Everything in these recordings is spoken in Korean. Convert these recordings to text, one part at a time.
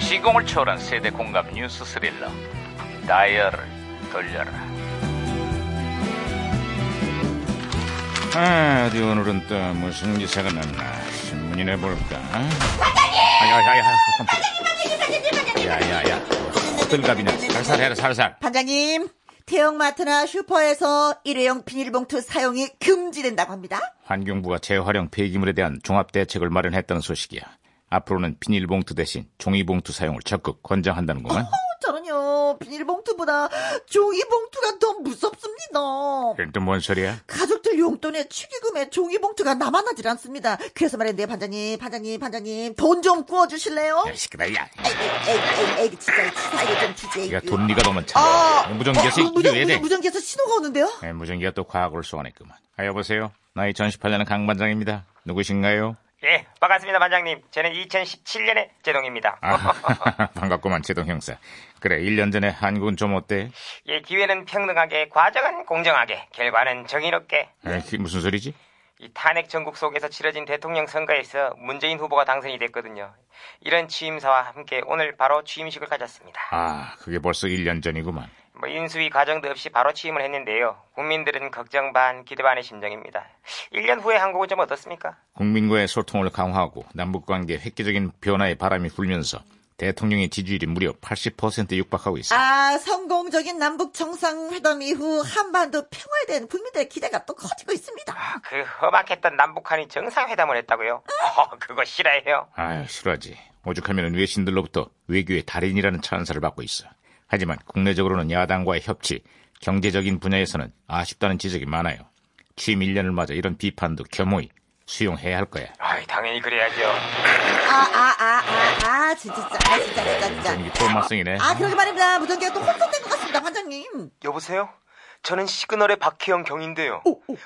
시공을 초월한 세대 공감 뉴스 스릴러 다이얼을 돌려라 아, 어디 오늘은 또 무슨 기사가 났나 신문이나 볼까 야야야 야야야 호들갑이나 살살해라 살살 반장님, 대형마트나 슈퍼에서 일회용 비닐봉투 사용이 금지된다고 뭐 합니다. 환경부가 재활용 폐기물에 대한 종합대책을 마련했다는 소식이야 앞으로는 비닐봉투 대신 종이봉투 사용을 적극 권장한다는구만 어, 저는요, 비닐봉투보다 종이봉투가 더 무섭습니다. 그건 또 뭔 소리야 가족들 용돈에 축의금에 종이봉투가 남아나질 않습니다. 그래서 말인데 반장님, 반장님, 반장님, 돈 좀 구워주실래요? 야, 시끄러 야 에이구, 에이구, 에이구, 에이구, 진짜 치사하게 좀 주지. 네가 에이구. 돈 네가 넣으면 아, 참 무전기에서 어, 무전, 이겨야 돼 무전, 무전기에서 신호가 오는데요? 네, 무전기가 또 과거를 쏘아냈구만. 아, 여보세요? 나 2018년은 강반장입니다. 누구신가요? 예, 반갑습니다, 반장님. 저는 2017년의 제동입니다. 아, 반갑구만, 제동 형사. 그래, 1년 전에 한국은 좀 어때? 예, 기회는 평등하게, 과정은 공정하게, 결과는 정의롭게. 에이, 아, 그게 무슨 소리지? 이 탄핵 전국 속에서 치러진 대통령 선거에서 문재인 후보가 당선이 됐거든요. 이런 취임사와 함께 오늘 바로 취임식을 가졌습니다. 아, 그게 벌써 1년 전이구만. 뭐 인수위 과정도 없이 바로 취임을 했는데요. 국민들은 걱정 반, 기대 반의 심정입니다. 1년 후에 한국은 좀 어떻습니까? 국민과의 소통을 강화하고 남북관계 획기적인 변화의 바람이 불면서 대통령의 지지율이 무려 80%에 육박하고 있어. 아, 성공적인 남북 정상회담 이후 한반도 평화에 대한 국민들의 기대가 또 커지고 있습니다. 아, 그 험악했던 남북한이 정상회담을 했다고요? 어, 그거 싫어해요. 아유, 싫어하지. 오죽하면 외신들로부터 외교의 달인이라는 찬사를 받고 있어. 하지만 국내적으로는 야당과의 협치, 경제적인 분야에서는 아쉽다는 지적이 많아요. 취임 1년을 맞아 이런 비판도 겸허히 수용해야 할 거야. 아이, 당연히 그래야죠. 아, 아, 아, 아, 아, 진짜, 진짜, 아, 진짜, 진짜, 이게 진짜. 똘마성이네. 아, 그러게 말입니다. 무전기가 또 혼선된 것 같습니다, 반장님. 여보세요? 저는 시그널의 박혜영 경인데요.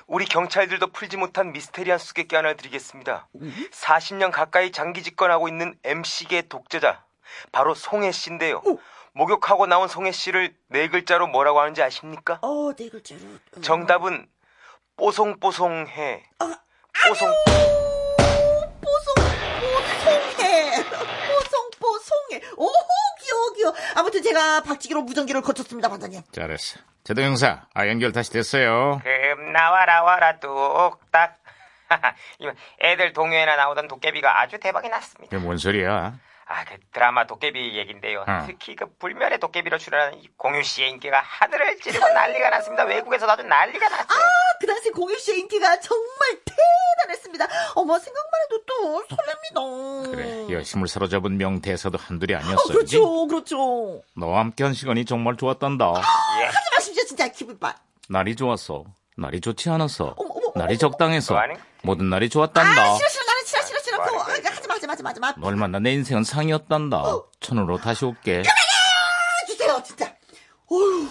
우리 경찰들도 풀지 못한 미스테리한 수수께끼 하나 드리겠습니다. 40년 가까이 장기 집권하고 있는 MC계 독재자, 바로 송혜 씨인데요. 목욕하고 나온 송혜 씨를 네 글자로 뭐라고 하는지 아십니까? 어, 네 글자로. 어. 정답은 뽀송뽀송해. 뽀송. 뽀송, 뽀송해. 뽀송, 뽀송해. 오호, 귀여워, 귀여워. 아무튼 제가 박치기로 무전기를 거쳤습니다, 반장님. 아, 잘했어. 제동 형사, 아, 연결 다시 됐어요. 금 음, 나와라 와라 뚝딱. 이거 애들 동요에나 나오던 도깨비가 아주 대박이 이게 났습니다. 뭔 소리야? 아, 그 드라마 도깨비 얘긴데요. 어. 특히 그 불멸의 도깨비로 출연하는 이 공유 씨의 인기가 하늘을 찌르고 난리가 났습니다. 외국에서 아주 난리가 났어요. 아, 그 당시 공유 씨의 인기가 정말 대단했습니다. 어머, 생각만 해도 또 설렙니다. 그래, 여심을 사로잡은 명대사도 한둘이 어, 아니었어. 음. 그렇죠, 그렇죠. 너와 함께한 시간이 정말 좋았단다. 예. 하지 마십시오, 진짜 기분 빠. 날이 좋았어. 날이 좋지 않았어. 어머, 어머, 어머, 날이 적당해서. 아니? 모든 날이 아, 좋았단다. 싫어, 싫어, 나는 싫어, 싫어, 싫어. 그거, 아, 하지 마, 하지 마, 하지 마, 하지 마. 널 만나 내 인생은 상이었단다. 천으로 다시 올게. 아, 주세요, 진짜. 어휴,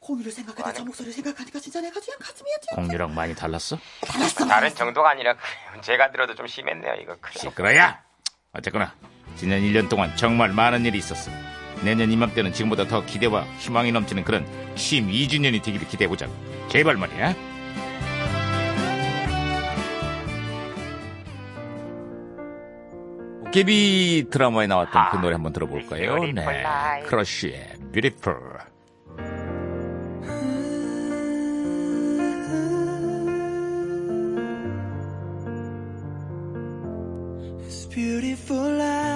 공유를 생각하다 저 목소리를 생각하니까 진짜 내가 그냥 가슴이 아주 공유랑 많이 달랐어? 달랐어. 다른 정도가 아니라 그냥 제가 들어도 좀 심했네요. 이거 큰일 시끄러야! 어쨌거나 지난 1년 동안 정말 많은 일이 있었어. 내년 이맘때는 지금보다 더 기대와 희망이 넘치는 그런 취임 2주년이 되기를 기대해보자고. 제발 말이야. 도깨비 드라마에 나왔던 그 노래 한번 들어볼까요? 네. 크러쉬의 뷰티풀. It's beautiful life.